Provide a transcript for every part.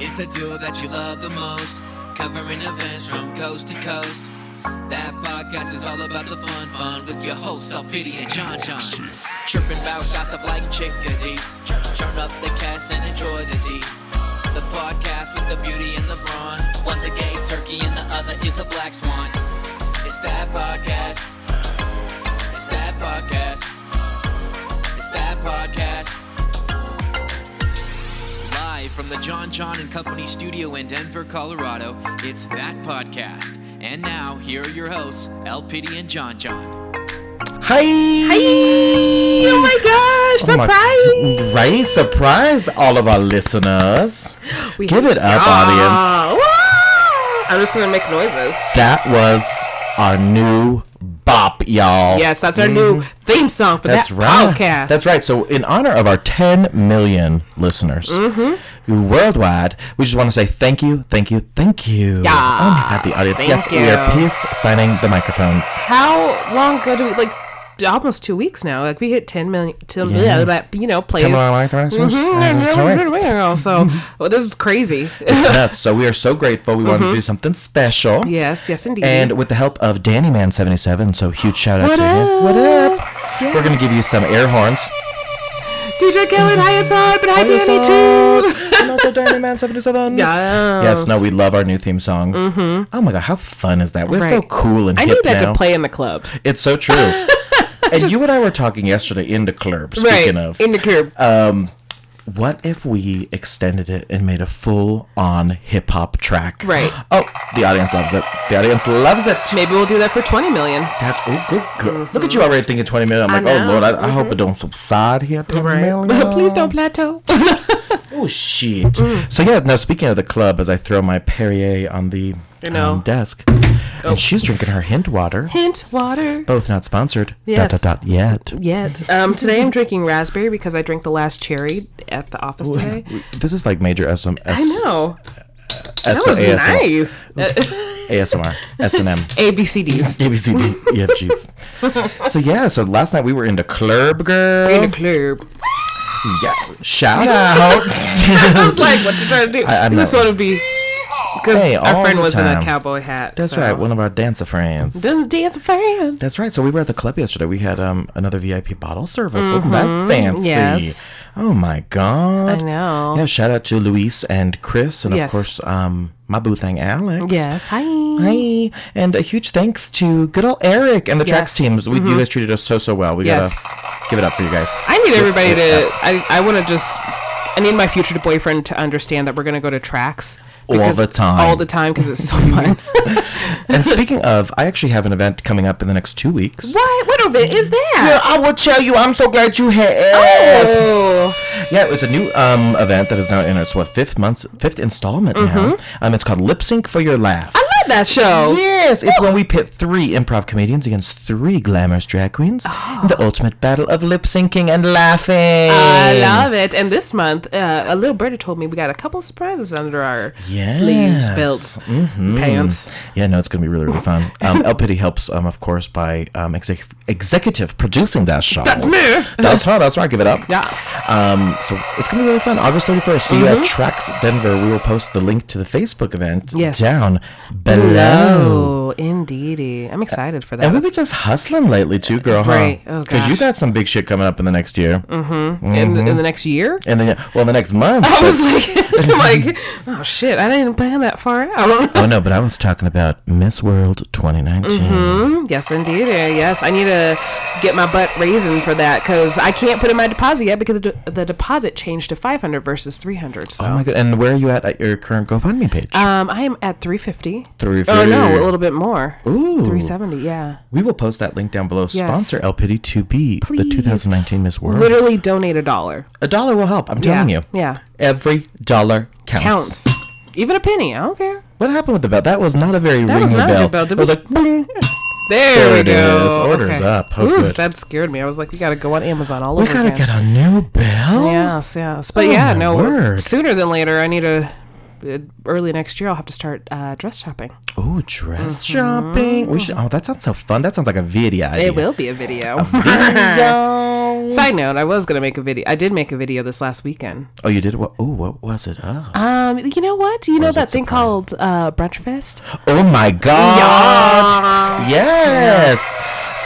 It's the duo that you love the most, covering events from coast to coast. That podcast is all about the fun, fun with your hosts, Alpidi and John John. Chirping about gossip like chickadees. Turn up the cast and enjoy the tea. The podcast with the beauty and the brawn. One's a gay turkey and the other is a black swan. It's that podcast. It's that podcast. It's that podcast. Live from the John John and Company studio in Denver, Colorado, it's that podcast. And now, here are your hosts, El Pity and John John. Hi! Oh my gosh! Oh my- Surprise! Right? Surprise all of our listeners. We Give have- it up, audience. Ah, wow. I'm just gonna make noises. That was our new bop, y'all. Yes, that's our new theme song for Oh. Mm-hmm. That's that right. podcast. That's right. So, in honor of our 10 million listeners who Mm-hmm. worldwide, we just want to say thank you, thank you, thank you. Oh my God, the audience. Thank yes, we are you. peace signing the microphones. How long ago do we like? Almost two weeks now. Like we hit ten million. To Yeah. that you know plays. Come on, microphones. Mm-hmm. Microphones. So well, this is crazy. It's nuts. So, we are so grateful. We Mm-hmm. wanted to do something special. yes, yes, indeed. And with the help of Danny Man 77, so huge shout out What to him. What up? up? We're gonna give you some air horns. DJ Kellen, hi Assad, but hi Danny too. also Danny Man 77. Yeah. Yes, no, we love our new theme song. Mm-hmm. Oh my god, how fun is that? We're so Right. cool and I hip need that now. to play in the clubs. It's so true. and you and I were talking yesterday in the club. Speaking of, Uh, in the club. what if we extended it and made a full-on hip hop track? Right. Oh, the audience loves it. The audience loves it. Maybe we'll do that for twenty million. That's oh good girl. Look at you already thinking twenty million. I'm like, oh Mm-hmm. know. lord, I, I hope it don't subside here. 10 million. Please don't Mm. plateau. Oh shit. So yeah, now speaking of the club, as I throw my Perrier on the I know. Oh. um, desk, and she's drinking her hint water. Hint water. Both not sponsored. Yes. Dot dot dot yet. Yet. Um, today I'm drinking raspberry because I drank the last cherry at the office today. This is like major SM, I know. That was ASMR, nice. Uh, ASMR, SNM. ABCDs. A B C D E F G's. So yeah, so last night we were in the club, girl. In a club. yeah. Shout out. I was like, what you trying to do? I- I'm this not- want to be. Because Hey, all our friend the was in time. a cowboy hat. That's right, one of our dancer friends. Doesn't dance a fan. That's right. So we were at the club yesterday. We had um, another VIP bottle service. Wasn't that fancy? Mm-hmm. yes. Oh my god. I know. Yeah. Shout out to Luis and Chris, and of Yes. course um, my boo thing Alex. Yes. Hi. Hi. And a huge thanks to good old Eric and the tracks Yes. Mm-hmm. teams. We, You guys treated us so so well. We Yes. gotta give it up for you guys. I need everybody to. I, I want to just. I need my future boyfriend to understand that we're going to go to tracks. All because- the time. All the time because it's so fun. and speaking of, I actually have an event coming up in the next two weeks. what? What event is Yeah, that? I will tell you. I'm so glad you had. Oh. Yeah, it's a new um event that is now in its what fifth month, fifth installment now. Mm-hmm. Um, it's called Lip Sync for Your Laugh. I love that show. Yes, it's when we pit three improv comedians against three glamorous drag queens in the ultimate battle of lip syncing and laughing. I love it. And this month, uh, a little birdie told me we got a couple surprises under our Yes. Mm. Mm-hmm. sleeves, belts, pants. Yeah, no, it's gonna be really really fun. Um, El Pity helps, um, of course, by um exec- executive producing that show. That's me. That's her. That's right. Give it up. Yes. Um, so it's gonna be really fun. August thirty first. See you at Tracks Denver. We will post the link to the Facebook event Mm-hmm. Yes. down below. Hello. Indeedy. I'm excited for that. And we've That's- been just hustling lately too, girl. Right. Huh? Oh, you gosh. got some big shit coming up in the next year, mm-hmm. in, the, in the next year? and then well, the next month. I was like, I'm like, oh shit, I didn't plan that far out. oh no, but I was talking about Miss World 2019. Mm-hmm. Mm-hmm. Yes, indeed. uh, Yes, I need to get my butt raising for that because I can't put in my deposit yet because the, de- the deposit changed to 500 versus 300. So Oh my god! And where are you at at your current GoFundMe page? um, I am at 350. Three. Oh no, a little bit more. Ooh. 370. Yeah. We will post that link down below. Sponsor El Pity to be the Please. 2019 Miss World. Literally donate a dollar. A dollar will help. I'm telling yeah. you. Yeah. Every dollar counts. Counts. Even a penny. I don't care. What happened with the bell? That was not a very That ringing was not bell. a good bell. Did it was we- like boom. There, There we it go. is. Orders up. Oh, Oof, good. That scared me. I was like, we got to go on Amazon all We over gotta again. get a new bell. Yes, yes. But Oh, yeah, my no, word. sooner than later, I need to uh, early next year, I'll have to start uh, dress shopping. Oh, dress Mm-hmm. shopping. We should. Oh, that sounds so fun. That sounds like a video idea. It will be a video. Video. Side note: I was gonna make a video. I did make a video this last weekend. oh, you did what? Oh, what was it? Oh, Um, you know what? Do you know that thing called uh, brunch fest? oh my Ah. God. Yes.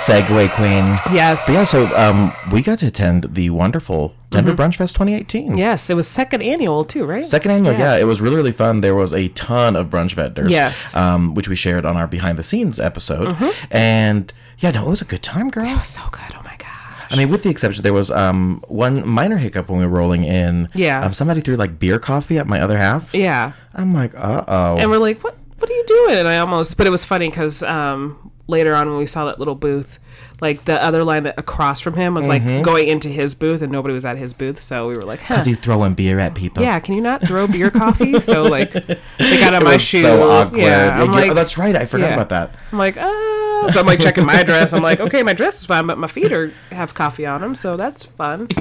Segway queen. Yes. But yeah, so um, we got to attend the wonderful Denver Mm-hmm. Brunch Fest 2018. Yes, it was second annual too, right? Second annual, yeah, Yes. it was really really fun. There was a ton of brunch vendors, Yes. Mm-hmm. um, which we shared on our behind the scenes episode, and yeah, no, it was a good time, girl. It was so good. Oh my gosh. I mean, with the exception, there was um, one minor hiccup when we were rolling in. Yeah. Um, somebody threw like beer coffee at my other half. Yeah. I'm like, uh oh. And we're like, what? What are you doing? And I almost, but it was funny because um, later on when we saw that little booth, like the other line that across from him was like going into his booth and nobody was at his booth, so we were like, huh. Because he's throwing beer at people. Yeah, can you not throw beer coffee? So like, they got on It my was shoe. so awkward. Yeah, I'm Yeah, like, oh, that's right. I forgot yeah. about that. I'm like, "Oh." ah. So I'm like checking my dress. I'm like, okay, my dress is fine, but my feet are have coffee on them, so that's fun. you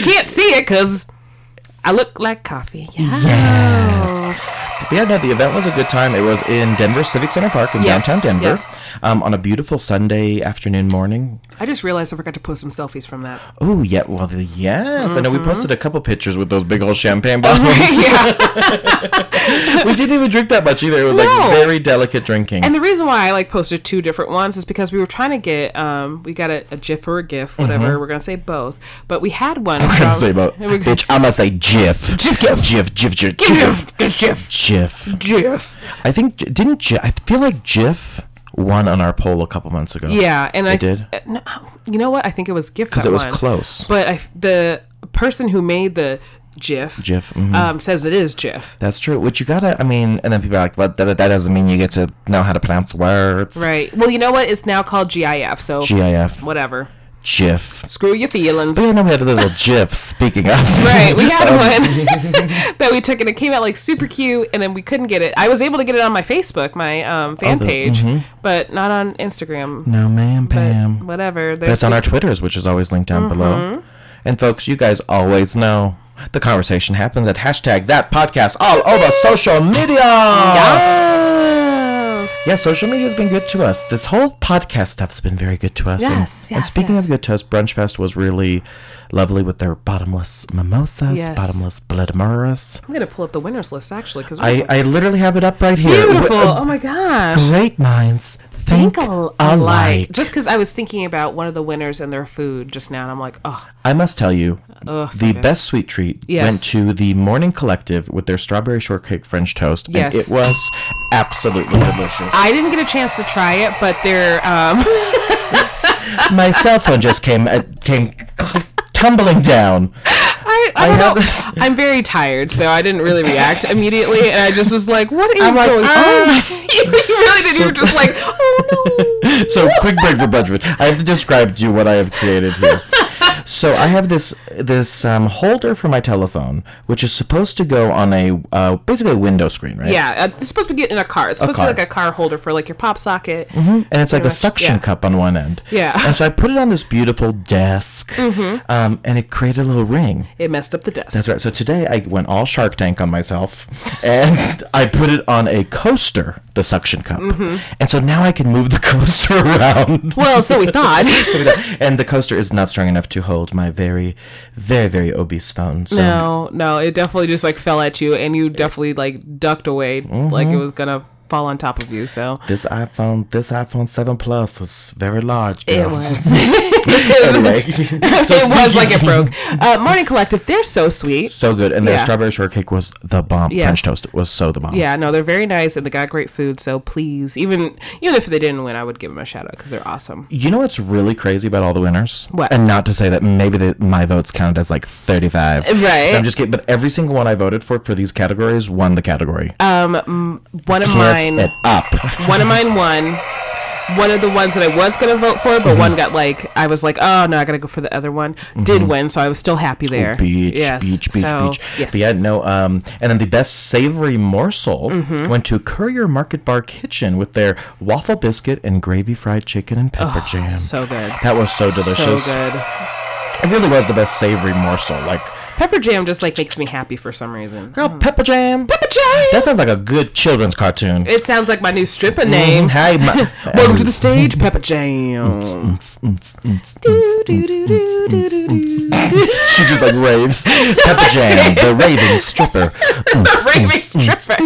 can't see it because I look like coffee. Yeah. But yeah, no, the event was a good time. It was in Denver Civic Center Park in Yes, downtown Denver yes. um, on a beautiful Sunday afternoon morning. I just realized I forgot to post some selfies from that. Oh, yeah. Well, the, yes. I know Mm-hmm. we posted a couple pictures with those big old champagne bottles. yeah. we didn't even drink that much either. It was Mm-hmm. No. like very delicate drinking. And the reason why I like posted two different ones is because we were trying to get um we got a, a GIF or a GIF, whatever. We're gonna say both, but we had one. Mm-hmm. I'm from, gonna say about Here we go. bitch. I'm gonna say Jif. Jif. Jif. Jif. Jif. Jif. GIF, GIF, Jif. GIF. I think J- didn't Jif. I feel like Jif won on our poll a couple months ago. Yeah, and I did? uh, No, you know what? I think it was GIF because it was close. But I, the person who made the GIF, Jif, mhm. um, says it is GIF. That's true. Which you gotta. I mean, and then people are like, "But that, that doesn't mean you get to know how to pronounce words." Right. Well, you know what? It's now called GIF. So GIF. whatever. Jif. Screw your feelings. But yeah, no, we had a little Jif. Speaking of, Right, we had Um, one that we took and it came out like super cute, and then we couldn't get it. I was able to get it on my Facebook, my um, fan the- page, but not on Instagram. No, ma'am, But Pam. whatever. That's There's on our Twitters, which is always linked down below. Mm-hmm. And folks, you guys always know the conversation happens at hashtag that podcast all over social media. Yes. Yeah, social media has been good to us. This whole podcast stuff's been very good to us. And- Yes, and, yes, speaking yes. of good to us, Brunch Fest was really lovely with their bottomless mimosas, Yes. bottomless blood murras. I'm gonna pull up the winners list actually because I, I literally have it up right here. Wi- beautiful. uh, oh my gosh. Great minds think, al- alike. Just because I was thinking about one of the winners and their food just now, and I'm like, oh, I must tell you, Ugh, the okay. best sweet treat Yes. went to the Morning Collective with their strawberry shortcake French toast, Yes. and it was absolutely delicious. I didn't get a chance to try it, but they're um, My cell phone just came uh, came tumbling down. I, I, don't have know. this- I'm very tired, so I didn't really react immediately, and I just was like, what is I'm like, going ah. on? you really did. You were just like, oh no. So quick break for budget. I have to describe to you what I have created here. So I have this this um, holder for my telephone, which is supposed to go on a uh, basically a window screen, right? Yeah, uh, it's supposed to be in a car. It's supposed car. Mm-hmm. to be like a car holder for like your pop socket. and it's like a much, suction yeah. cup on one end. Yeah. And so I put it on this beautiful desk, mm-hmm. um, and it created a little ring. It messed up the desk. That's right. So today I went all Shark Tank on myself, and I put it on a coaster, the suction cup, and so now I can move the coaster around. Mm-hmm. Well, so we thought. So that- and the coaster is not strong enough to hold my very, very, very obese phone. So No, no, it definitely just like fell at you, and you definitely like ducked away, Mm-hmm. like it was gonna fall on top of you. So this iPhone, this iPhone Seven Plus was very large. girl. it Anyway, was, it was like it broke. Uh, Morning Collective, they're so sweet. so good, and their Yeah. strawberry shortcake was the bomb. Yes. French toast was so the bomb. Yeah, no, they're very nice, and they got great food. So please, even even if they didn't win, I would give them a shout out because they're awesome. You know what's really crazy about all the winners? What? And not to say that maybe that my votes counted as like 35. Uh, Right. I'm just kidding. But every single one I voted for for these categories won the category. One of Uh, mine, It up. one of mine won. One of the ones that I was gonna vote for, Mm-hmm. but one got like I was like, oh no, I gotta go for the other one. Did win, so I was still happy there. Oh, Beach, Yes, beach, beach, so, beach. Yes. But yeah, no. Um, and then the best savory morsel Mm-hmm. went to Courier Market Bar Kitchen with their waffle biscuit and gravy fried chicken and pepper jam. Oh, so good. that was so delicious. So good. It really was the best savory morsel. Like Pepper Jam just like makes me happy for some reason. Girl, Pepper Jam. Pepper Jam. That sounds like a good children's cartoon. it sounds like my new stripper name. Hi, Mm, my, Mm-hmm. Welcome to Mm-hmm. the stage, Pepper Jam. mm, Do, do, do, do, do, do, do. she just like raves. Pepper Jam, the raving stripper. The raving stripper.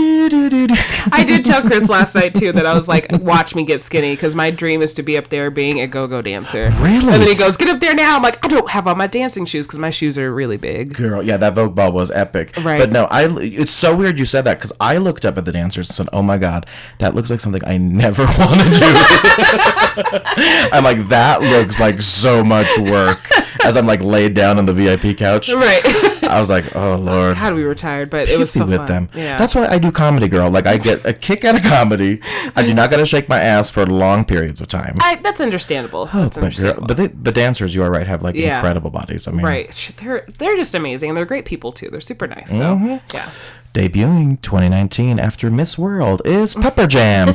I did tell Chris last night too that I was like, "Watch me get skinny," because my dream is to be up there being a go-go dancer. Really? And then he goes, "Get up there now!" I'm like, "I don't have on my dancing shoes because my shoes are really big." Girl, yeah, that Vogue ball was epic. Right. But no, I. It's so weird you said that because I looked up at the dancers and said, "Oh my god, that looks like something I never want to do." I'm like, that looks like so much work. As I'm like laid down on the VIP couch, Right. I was like, "Oh lord." How do we retire? But it was be so with fun. them. Yeah. That's why I do comedy, girl. Like I get a kick out of comedy. I do not gotta shake my ass for long periods of time. I, that's understandable. that's Oh, but, girl, understandable. but they, the dancers, you are right, have like Yeah. incredible bodies. I mean, right. Sh- They're they're just amazing and they're great people too. They're super nice. So Mm-hmm. yeah. debuting 2019 after Miss World is Pepper Jam.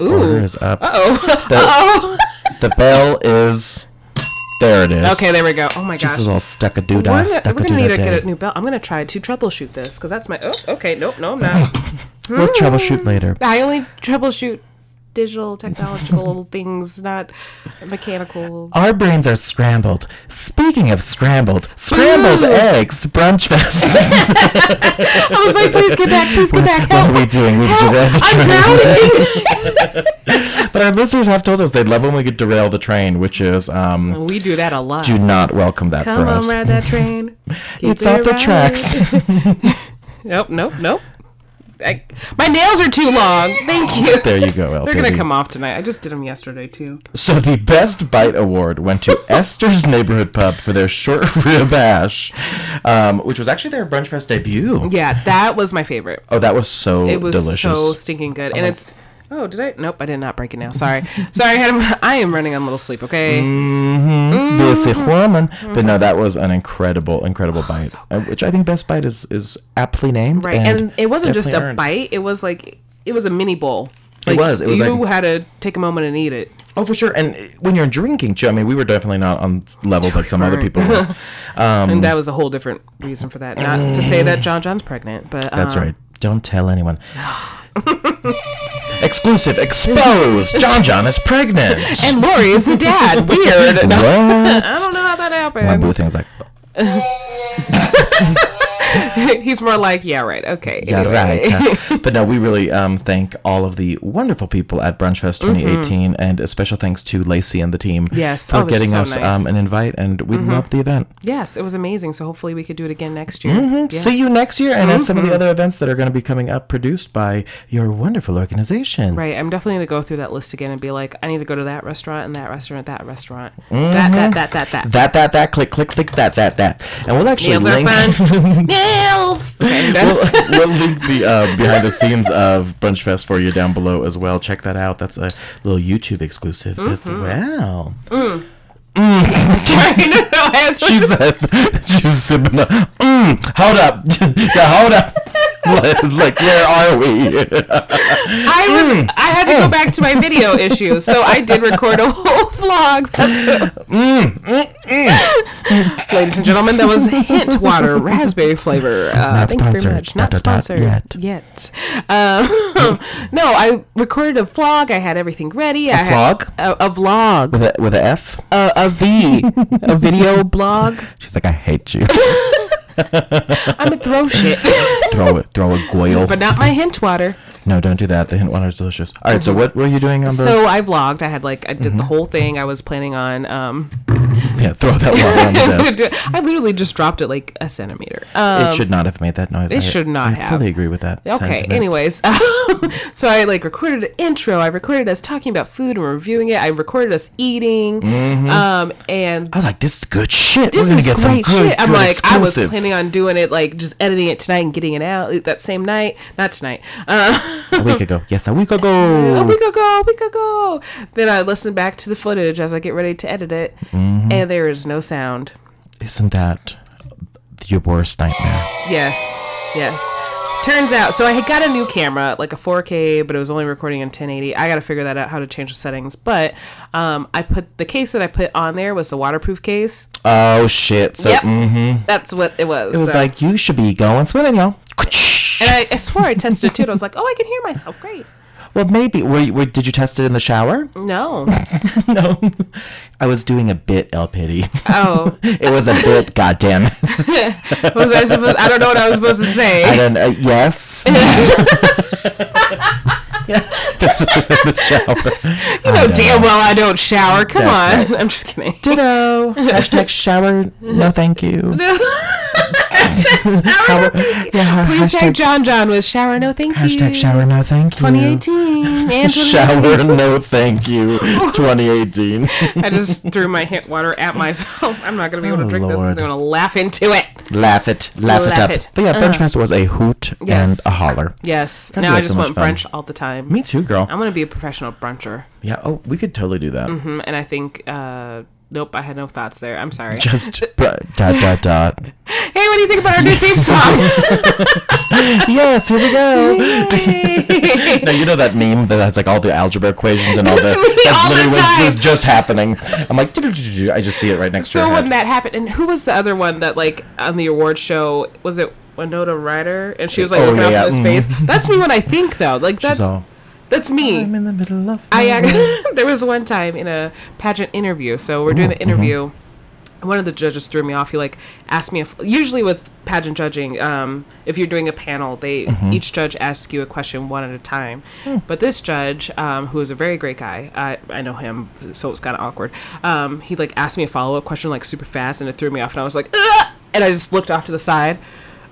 Order Ooh. is up. Oh. The, the bell is there. It is. okay. There we go. Oh my This gosh. is all stuck a We're doodah, gonna, we're stuck a gonna need to get a doodah. new belt. I'm gonna try to troubleshoot this because that's my. Oh, okay. Nope. No, I'm not. Hmm. We'll troubleshoot later. I only troubleshoot digital technological things, not mechanical. Our brains are scrambled. Speaking of scrambled, scrambled Ooh. eggs, brunch fest. I was like, please get back, please get back. what are Help. we doing? We've derailed I'm drowning. But our listeners have told us they love when we get derail the train, which is um, we do that a lot. do not welcome that Come for on, us. ride that train. Keep It's off it the riding. tracks. Nope, nope, nope. I, my nails are too long. Thank you. There you go, LPD. They're gonna come off tonight. I just did them yesterday too. So the Best Bite Award went to Esther's Neighborhood Pub for their short rib hash, um, which was actually their brunch fest debut. Yeah, that was my favorite. Oh, that was so It was delicious. Uh-huh. so stinking good, and it's. Oh, did I? Nope, I did not break it now. Sorry, sorry. I, had, I am running on a little sleep. Okay. Mm, This Mm-hmm. woman, but no, that was an incredible, incredible bite, uh, which I think Best Bite is is aptly named. Oh, Right. And, it wasn't just a definitely earned. bite, it was like it was a mini bowl. Like, was, it was you like- had to take a moment and eat it. Oh, for sure. And uh, when you're drinking too, I mean, we were definitely not on levels like some other weren't. people. were. Um, and that was a whole different reason for that. Not to say that John John's pregnant, but Mm. That's um, right. Don't tell anyone. Exclusive, exposed. John John is pregnant. And Lori is the dad. Weird. what? I don't know how that My happened. boo thing's like, He's more like, yeah, right, okay. yeah, anyway. right. but no, we really um, thank all of the wonderful people at Brunch Fest 2018, and a special thanks to Lacey and the team Mm-hmm. Yes. for Oh, they're getting so us nice. um, Mm-hmm. an invite, and we love the event. Yes, it was amazing. So hopefully we could do it again next year. Yes. Mm-hmm. Mm-hmm. See you next year, and at some of the other events that are going to be coming up, produced by your wonderful organization. Right, I'm definitely gonna go through that list again and be like, I need to go to that restaurant and that restaurant, that restaurant, that that that that that. Mm-hmm. That, that, that, click, click, click, that, that, that. And we'll actually Nails are link. fun. Nails. Okay, I'm done. we'll, we'll link the uh, behind the scenes of Brunch Fest for you down below as well. Check that out. That's a little YouTube exclusive as Mm-hmm. well. Sorry, no, no, I was- She said, she's sipping up. Mm, hold up. yeah, hold up. like, like, where are we? I was mm. I had to Oh. go back to my video issue, so I did record a whole vlog. That's what- Mm, Ladies and gentlemen, that was hint water raspberry flavor. Uh, Not thank you sponsored. very much. Dot, Not dot, dot, sponsored yet. Um, no, I recorded a vlog. I had everything ready. A vlog? Had a, a vlog. with, a, with a F? A, a V. a video blog. She's like, I hate you. I'm a throw shit, throw it. Throw a goyle. but not my hint water. no, don't do that. The hint water is delicious. All right, so what were you doing on the... So I vlogged. I had like I did Mm-hmm. the whole thing. I was planning on. Um, yeah, throw that water on the desk. I literally just dropped it like a centimeter. Um, it should not have made that noise. It should not I have. fully agree with that. okay. sentiment. Anyways, so I like recorded an intro. I recorded us talking about food and reviewing it. I recorded us eating. Um, and Mm-hmm. I was like, this is good shit. this We're gonna is get some great good, shit. I'm good like, I was exclusive. planning on doing it, like just editing it tonight and getting it out that same night. Not tonight. Uh, a week ago. Yes, a week a ago. week ago, a week ago. Then I listen back to the footage as I get ready to edit it, Mm-hmm. and there is no sound. Isn't that your worst nightmare? Yes, yes. turns out, so I had got a new camera, like a 4K, but it was only recording in 1080. I got to figure that out how to change the settings. But um, I put the case that I put on there was the waterproof case. Oh shit! So yep, mm, that's what it was. it was so- like you should be going swimming, y'all. and I, I swore I tested it too. And I was like, oh, I can hear myself. Great. Well, maybe. Were, you- were, did you test it in the shower? No. No. I was doing a bit, El Pity. Oh, it was a bit. goddamn it! What was I supposed? I don't know what I was supposed to I say. don't. Uh, yes. Yeah, tested it in the shower. You know Oh, damn well I don't shower. Come That's on. I'm just kidding. Ditto. Hashtag shower. No, thank you. Shower- Yeah, Please hashtag, tag John John with shower. No, thank you. hashtag shower. No, thank you. 2018 and 2019. Shower. No, thank you. 2018. I just threw my hit water at myself. I'm not gonna be able Oh, to drink this because Lord. I'm gonna laugh into it. laugh it, laugh, it Laugh up. it. Uh-huh. But yeah, brunch fest was a hoot Yes. and a holler. Yes. That'd be now I like so just much want fun. brunch all the time. Me too, girl. I'm gonna be a professional bruncher. yeah. Oh, we could totally do that. Mhm, And I think. uh Nope, I had no thoughts there. I'm sorry. Just br- dot dot dot. hey, what do you think about our new theme song? yes, here we go. Yay. Now you know that meme that has like all the algebra equations and all That's the me all the what's time. just happening. I'm like, "Do-do-do-do-do." I just see it right next to So your when head. that happened, and who was the other one that like on the award show? Was it Winona Ryder? And she was like Oh, looking yeah, up in mm. his face. That's me when I think though. Like that's all, that's I'm me. in the middle of. I nowhere." ac- there was one time in a pageant interview. So we're doing the interview. and One of the judges threw me off. He like asked me if usually with pageant judging, um, if you're doing a panel, they each judge asks you a question one at a time. But this judge, um, who is a very great guy, I, I know him, so it's kind of awkward. Um, he like asked me a follow up question like super fast, and it threw me off, and I was like, Ugh! and I just looked off to the side,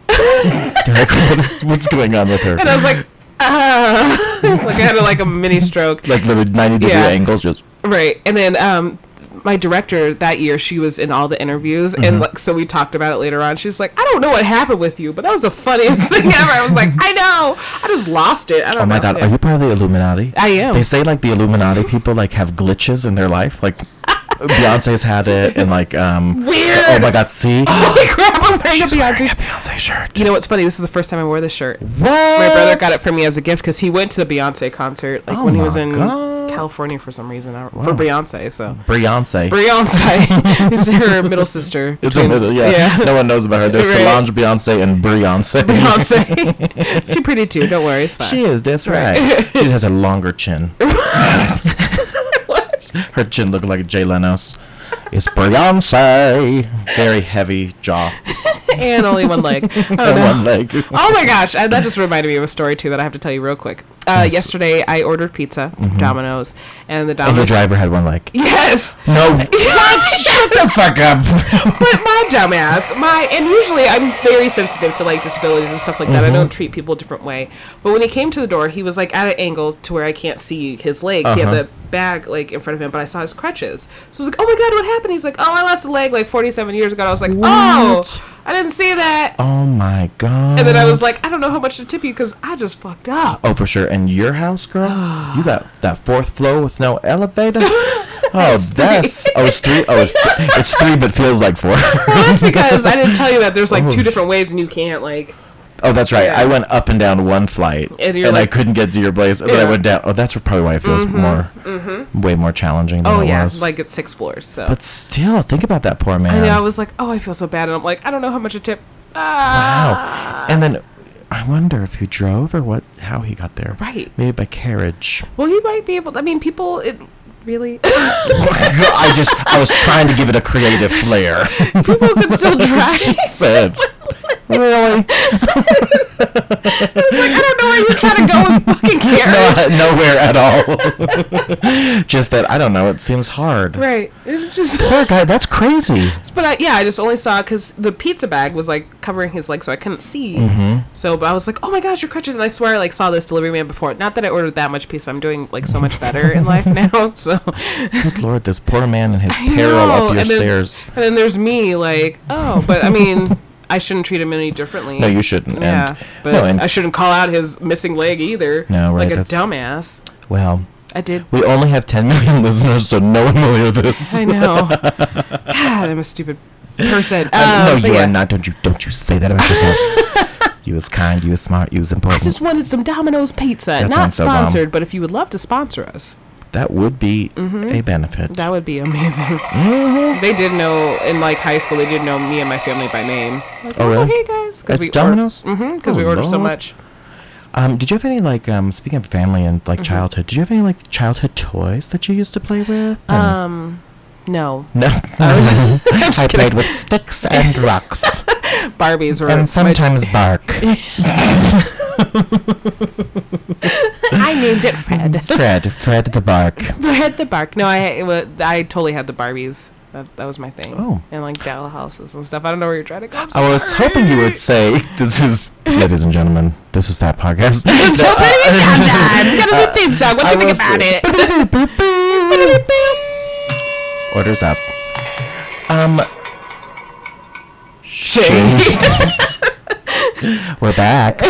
Like, what's, what's going on with her? and I was like, ah, like I had like a mini stroke. Like little 90 degree Yeah. angles, just Right. And then um my director that year, she was in all the interviews Mm-hmm. and like so we talked about it later on. She's like, I don't know what happened with you, but that was the funniest thing ever. I was like, I know. I just lost it. I don't Oh know. my god, Yeah. are you part of the Illuminati? I am. They say like the Illuminati people like have glitches in their life. Like Beyonce's had it and like um Weird. Oh my god, see? Holy crap, I'm wearing a She's wearing Beyonce. a Beyonce shirt. You know what's funny? This is the first time I wore this shirt. My What? My brother got it for me as a gift because he went to the Beyonce concert like Oh when he my was in God. California for some reason I don't- for Beyonce. So Beyonce. Beyonce is her middle sister. it's a middle, yeah. No one knows about her. There's Right. Solange, Beyonce, and Beyonce. Beyonce. she pretty too. Don't worry, it's fine. She is, that's right. she just has a longer chin. Her chin looked like Jay Leno's. It's Beyonce. Very heavy jaw and only one leg. I don't and know. one leg. Oh my gosh, and that just reminded me of a story too that I have to tell you real quick. Uh, Yesterday, I ordered pizza from Domino's, Mm-hmm. And and the the Domino's. driver had one leg. Yes, No. Shut the fuck up. but my dumbass, my and usually I'm very sensitive to like disabilities and stuff like that. I Mm-hmm. don't treat people a different way. But when he came to the door, he was like at an angle to where I can't see his legs. He had Uh-huh. the bag like in front of him, but I saw his crutches. So I was like, "Oh my god, what happened?" He's like, "Oh, I lost a leg like 47 years ago." And I was like, What? "Oh, I didn't see that." Oh my god. And then I was like, "I don't know how much to tip you because I just fucked up." Oh, for sure. And your house, girl? you got that fourth floor with no elevator? Oh, that's. Oh, it's three. Oh, it's, it's three, but feels like four. That's because I didn't tell you that there's like two different ways and you can't like oh, that's right. I Yeah. went up and down one flight, And and, you're I like- couldn't get to your place. And then I Yeah. Mm-hmm, went down. Oh, that's probably why it feels more, way more challenging than oh it yeah was. like it's six floors so but still, think about that poor man. and I was like oh I feel so bad and I'm like I don't know how much a tip ah Wow. And then, I wonder if he drove or what? How he got there? Right. Maybe by carriage. well he might be able I mean people it really I just I was trying to give it a creative flair. people could still drive it's Said, really? like I don't know where you're trying to go with fucking carriage Not, nowhere at all. just that I don't know. It seems hard. right it's just Poor guy. That's crazy. but I, yeah I just only saw because the pizza bag was like covering his leg so I couldn't see Mm-hmm. so but I was like oh my gosh your crutches and I swear I like saw this delivery man before not that I ordered that much pizza I'm doing like so much better in life now so Good lord, this poor man and his I peril know, up your and then- stairs. And then there's me, like, oh, but I mean, I shouldn't treat him any differently. No, you shouldn't. yeah, And, but no, and I shouldn't call out his missing leg either. No, right, like a that's- dumbass. well, I did. we only have 10 million listeners, so no one will hear this. I know. God, I'm a stupid person. Um, no, Oh, but you yeah. are not. Don't you? Don't you say that about yourself? You was kind. You was smart. You was I important. just wanted some Domino's pizza. That Not sounds so bomb. sponsored, but if you would love to sponsor us, that would be a benefit. Mm-hmm. Mm-hmm. that would be amazing. They did know in like high school. They did know me and my family by name. Like, Oh, oh, really? hey guys, That's Domino's? Mm-hmm. Because Oh, we ordered so Lord. much. um, did you have any like um, speaking of family and like childhood? Did you have any like childhood toys that you used to play with? And- Um, no, no, Uh, I played with sticks and rocks Barbies were. and sometimes bark. I named it Fred. Fred, Fred the bark. Fred the Bark. No, I it wa- I totally had the Barbies. That, that was my thing. Oh. And like doll houses and stuff. I don't know where you're trying to go. I'm so I was sorry. hoping you would say this is, ladies and gentlemen, this is that podcast. Don't put it in countdown. Gotta Uh, be theme song. What do you think about it? Orders up. Um. Shame. We're back.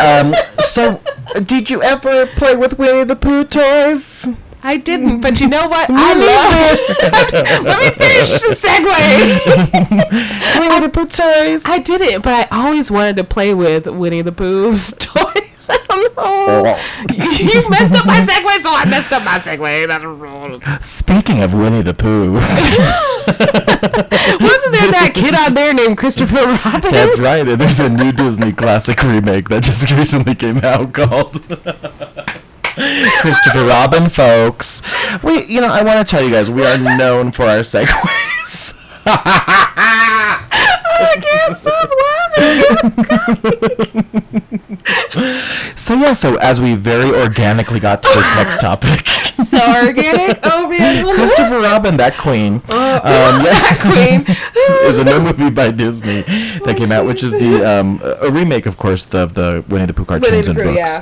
um. So, did you ever play with Winnie the Pooh toys? I didn't, but you know what? I loved it. Let me finish the segue. Winnie the Pooh toys. I didn't, but I always wanted to play with Winnie the Pooh's toys. I don't know. Oh. you messed up my segue, so I messed up my segue. I don't know. Speaking of Winnie the Pooh, Wasn't there that kid out there named Christopher Robin? that's right. And there's a new Disney classic remake that just recently came out called. Christopher Robin, folks. We, you know, I want to tell you guys, we are known for our segues. I can't stop laughing. So yeah, so as we very organically got to this next topic, It's so organic. Oh man. Christopher Robin, that queen, um, yes, Uh, Queen. is a new movie by Disney that came out, which is the um, a remake, of course, of the Winnie the Pooh cartoons and books.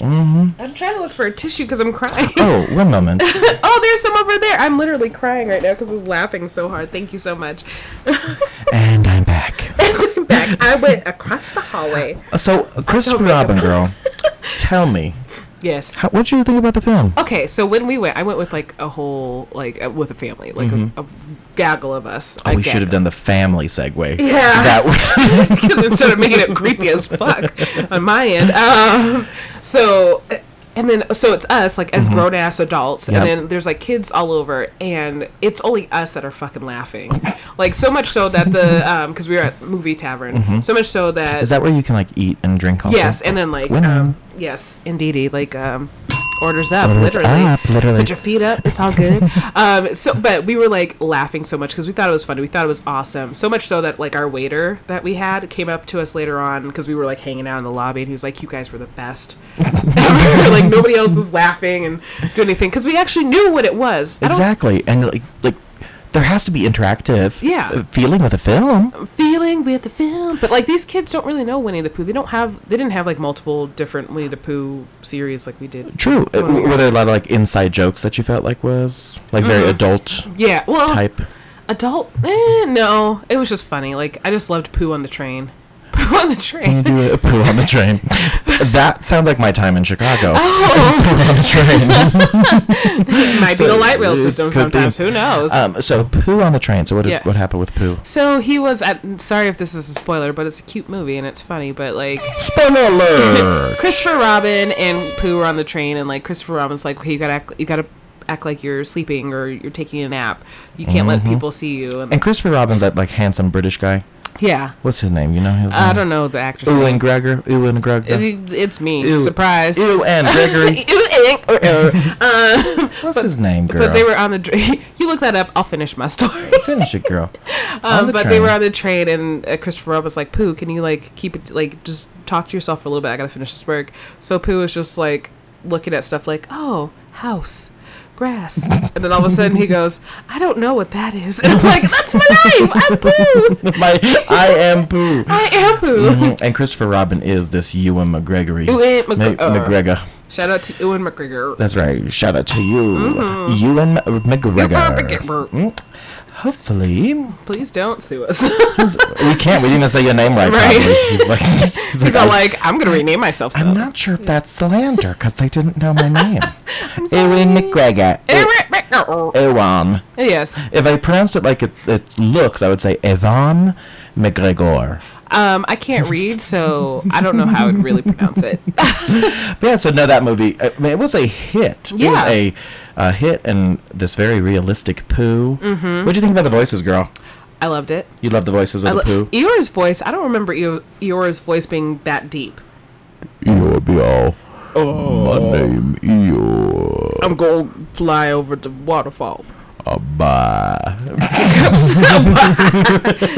Mm-hmm. I'm trying to look for a tissue because I'm crying. Oh, one moment. oh, there's some over there. I'm literally crying right now because I was laughing so hard. Thank you so much. and I'm back. Back, I went across the hallway. So, Christopher great. Robin, girl, tell me, Yes. how, what do you think about the film? Okay, so when we went, I went with like a whole like uh, with a family, like a, a gaggle of us. Mm-hmm. Oh, A we should have gaggle. done the family segue. Yeah. That would, instead of making it creepy as fuck on my end. Um, so, and then so it's us like as grown ass adults, Mm-hmm. Yep. and then there's like kids all over, and it's only us that are fucking laughing, like so much so that the because we were at movie tavern, so much so that, Mm-hmm. is that where you can like eat and drink? Also? yes, and then like Winner. um, yes, indeedy, like um. Orders up, Orders literally. up, literally. Put your feet up. It's all good. um, so, but we were like laughing so much because we thought it was funny. We thought it was awesome. So much so that like our waiter that we had came up to us later on because we were like hanging out in the lobby and he was like, "You guys were the best." ever." like nobody else was laughing and doing anything because we actually knew what it was. I don't exactly, and like like. There has to be interactive Yeah. Um, uh, feeling with a film. feeling with the film, but like these kids don't really know Winnie the Pooh. They don't have. They didn't have like multiple different Winnie the Pooh series like we did. True. Uh, Totally. Were there a lot of like inside jokes that you felt like was like Mm-hmm. very adult Yeah. Well, type? adult eh, no it was just funny like i just loved poo on the train poo on the Can you train do a poo on the train? that sounds like my time in Chicago. oh on the train. it might be So, the light rail it system could be. sometimes who knows um, so poo on the train. So what did, Yeah. what happened with poo? so he was at sorry if this is a spoiler but it's a cute movie and it's funny but like Spoiler alert! christopher robin and pooh were on the train and like christopher robin's like okay you gotta act, you gotta act like you're sleeping or you're taking a nap you can't let people see you and Mm-hmm. and Christopher Robin, that like handsome British guy. yeah What's his name? You know his i name? don't know the actress Ewan name. Gregor. Ewan Gregor. It- it's me Ew. surprise Ewan Gregory. um, What's his name, girl? But they were on the. dr- you look that up. I'll finish my story. Finish it, girl. On Um, the but they were train. on the train, and uh, Christopher Robin's like, "Pooh, can you like keep it like just talk to yourself for a little bit? I gotta finish this work." So Pooh is just like looking at stuff like, "Oh, house." Grass, and then all of a sudden he goes, "I don't know what that is," and I'm like, "That's my name. I'm Pooh. My, I am poo. I am Pooh." Mhm, and Christopher Robin is this Ewan McGregory. Ewan Uh. McGre- Ma- McGregor. Shout out to Ewan McGregor. That's right. Shout out to you, Mm-hmm. Ewan McGregor. Mm. McGregor. Hopefully, Please don't sue us. we can't. We didn't even say your name right. Right. probably. He's like, he's He's like, "Oh, all like, "I'm gonna rename myself." I'm so." not sure if that's slander because they didn't know my name. sorry. Ewan McGregor. Ewan E- McGregor. Ewan. Yes. If I pronounced it like it, it looks, I would say Evan McGregor. Um, I can't read, so I don't know how I would really pronounce it. But yeah, so no, that movie. uh, I mean, it was a hit. It was Yeah. a, a hit, and this very realistic poo. What do you think about the voices, girl? I loved it. You love the voices of Mm-hmm. I the lo- poo. Eeyore's voice. I don't remember Eeyore, Eeyore's voice being that deep. Eeyore be all. Oh. My name Eeyore. I'm going to fly over the waterfall. Uh, bye.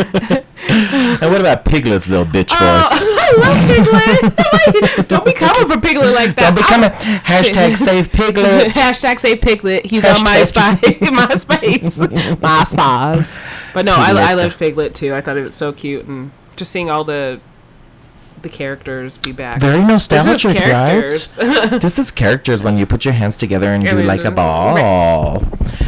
and what about Piglet's little bitch Oh. voice? I love Piglet. don't be coming for Piglet like that. Don't be coming. Hashtag save Piglet. Hashtag say Piglet. He's on my spy, Hashtag. my space, my spas. But no, I, Piglet. I loved Piglet too. I thought it was so cute, and just seeing all the the characters be back. Very This is nostalgic, characters. right? this is characters when you put your hands together and do And like a then- ball.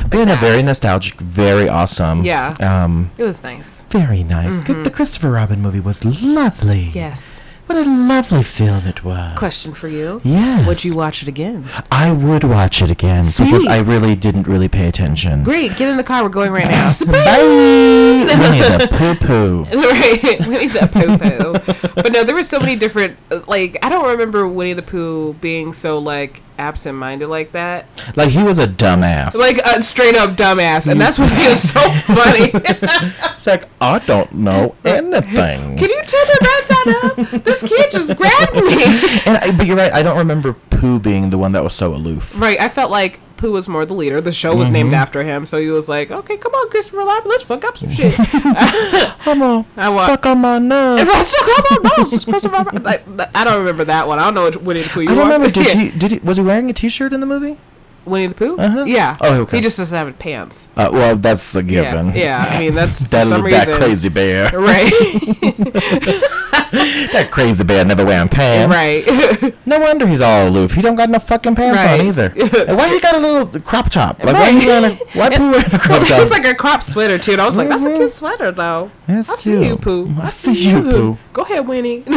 But in a that. very nostalgic, very awesome. Yeah. Mm-hmm. Um, it was nice. very nice. Good. The Christopher Robin movie was lovely. Yes. What a lovely film it was. Question for you. Yes. Would you watch it again? I would watch it again because Sweet. I really didn't really pay attention. Great. Get in the car. We're going right now. Bye. Winnie the Pooh Pooh. right, Winnie the Pooh. but no, there were so many different. Like, I don't remember Winnie the Pooh being so like absent-minded like that. Like he was a dumbass. Like a straight up dumbass, and that's what he was so funny. it's like I don't know anything. uh, Can you turn the lights on up? This kid just grabbed me. and I, but you're right. I don't remember Pooh being the one that was so aloof. Right, I felt like Pooh was more the leader. The show Mm-hmm. was named after him, so he was like, "Okay, come on, Christopher Robin, let's fuck up some shit." Come on, I wa- suck on my And nerve. I was like, "Come on, boss, it's Christopher Robin." Like, th- I don't remember that one. I don't know which Winnie the Pooh. You I don't are. remember. Did Yeah. he? Did he? Was he wearing a T-shirt in the movie? Winnie the Pooh? Uh-huh. Yeah. Oh, okay. He just doesn't have pants. Uh, well, that's a given. Yeah. yeah. I mean, that's for That, some that reason. crazy bear. Right. That crazy bear never wearing pants. right. No wonder he's all aloof. He don't got no fucking pants Right. on either. And why he got a little crop top? Like why he Right. wearing a why Pooh wearing a crop top? it's like a crop sweater too, and I was like, "That's a cute sweater, though." That's I see you, cute. Pooh. I see you, Pooh. Go ahead, Winnie.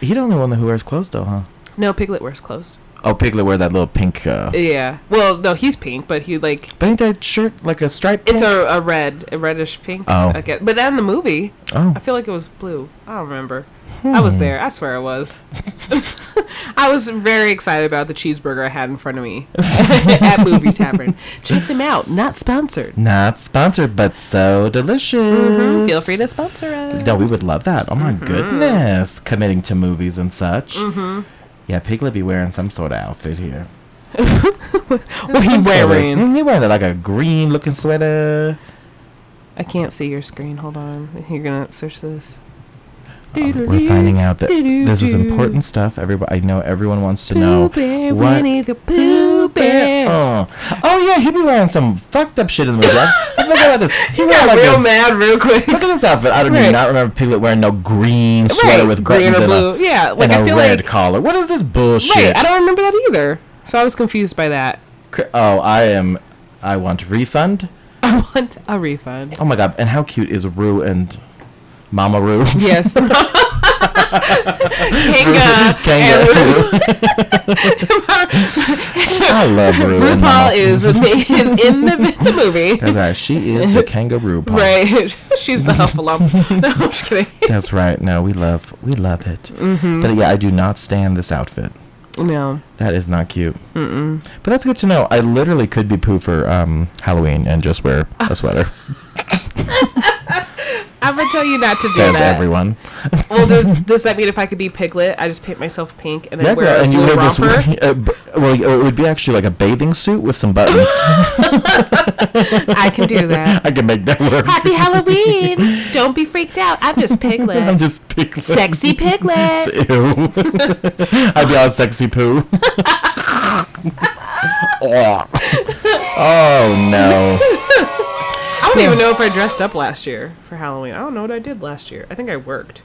He the only one who wears clothes though, huh? no, Piglet wears clothes. Oh, Piglet wear that little pink. Uh, Yeah. Well, no, he's pink, but he like but ain't that shirt like a stripe? it's pink? a, a red, a reddish pink. Oh. I guess. But in the movie, oh. I feel like it was blue. I don't remember. I Hmm. was there. I swear I was. I was very excited about the cheeseburger I had in front of me at Movie Tavern. Check them out. Not sponsored. Not sponsored, but so delicious. Mm-hmm. Feel free to Mm-hmm. sponsor us. No, we would love Mm-hmm. that. Oh my goodness, committing to movies and such. Mm. Mm-hmm. Yeah, Piglet be wearing some sort of outfit here. What are you Some sort of- wearing? Mm, he wearing like a green looking sweater. I can't see your screen. Hold on. You're gonna search this. Uh, We're finding out that this is Doo-doo-doo. important stuff. Everybody, I know everyone wants to know Pooh Bear, what Winnie the Pooh Bear. Oh. oh yeah, he be wearing some fucked up shit in the movie. I, I forgot about this. He wearing Got Oh, like real a, mad real quick. look at this outfit. I don't do Right. not remember Piglet wearing no green sweater Right, with green buttons or and blue. a, yeah, like and I a feel red like collar. What is this bullshit? right. I don't remember that either. So I was confused by that. Cr- oh, I am. I want refund. I want a refund. Oh my god! And how cute is Rue and Mama Rue? Yes. Kanga. Kanga. I love Rue. and Mama. RuPaul is is in the, the movie. That's right. She is the kangaroo. Paw. Right. She's the Huffalump. No, I'm just kidding. That's right. No, we love we love it. Mm-hmm. But yeah, I do not stand this outfit. No. That is not cute. Mm-mm. But that's good to know. I literally could be poo for um, Halloween and just wear a sweater. I'm gonna tell you not to do says that. everyone. Well, does, does that mean if I could be Piglet, I just paint myself pink and then Yeah, wear girl, a and you wear blue this. romper? Uh, b- well, it would be actually like a bathing suit with some buttons. I can do that. I can make that work. Happy Halloween! Don't be freaked out. I'm just I'm Piglet. just piglet. Sexy Piglet. Ew. I'd be all sexy poo. oh. oh no. I don't even know if I dressed up last year for Halloween. I don't know what I did last year. I think I worked.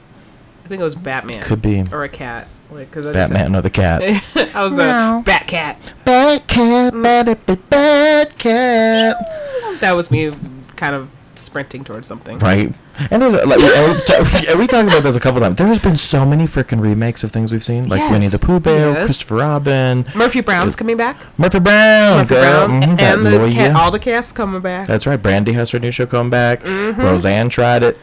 I think it was Batman. Could be. Or a cat. Like, cause I just- Batman or the cat. I was Meow. a bat cat. Bad cat, bad it be bad cat. That was me kind of sprinting towards something. Right? And there's a- like and we, ta- we talked about this a couple times. There has been so many freaking remakes of things we've seen, like Winnie Yes. the Pooh Bear, Yes. Christopher Robin, Murphy Brown's coming back. Murphy Brown, Murphy girl, Brown mhm, that and the lawyer. ca- all the cast coming back. That's right. Brandy has her new show come back. Mm-hmm. Roseanne tried it.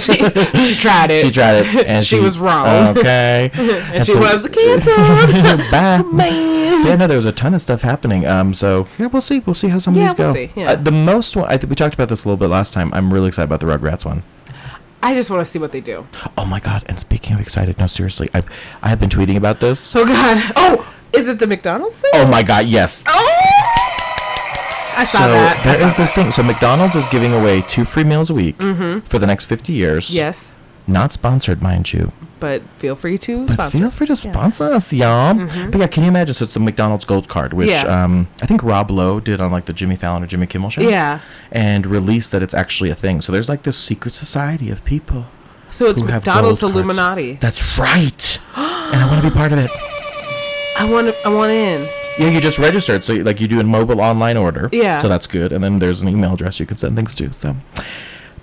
she, she tried it. She tried it, and she, She was wrong. Okay, and, she was canceled. Bye. Man. Yeah, no, there was a ton of stuff happening. Um, so yeah, we'll see. We'll see how some Yeah, of these we'll go. see, yeah. Uh, the most one, I think we talked about this a little bit last time. I'm really excited about the Rugrats one. I just want to see what they do. Oh my god! And speaking of excited, no, seriously, I I have been tweeting about this. Oh God. Oh, is it the McDonald's thing? Oh my god! Yes. I saw so that. Mm-hmm. I there saw is this thing. So McDonald's is giving away two free meals a week for the next 50 years. Yes, Not sponsored, mind you. but feel free to But sponsor. Mm-hmm. Feel free to sponsor us, y'all. But yeah, can you imagine? So it's the McDonald's Gold Card, which Yeah. um, I think Rob Lowe did on like the Jimmy Fallon or Jimmy Kimmel show. Yeah. And released that it's actually a thing. So there's like this secret society of people. so it's who have McDonald's gold cards. Illuminati. That's right. and I want to be part of it. I want. I want in. Yeah, you just registered. So like you do a mobile online order. Yeah. So that's good. And then there's an email address you can send things to. So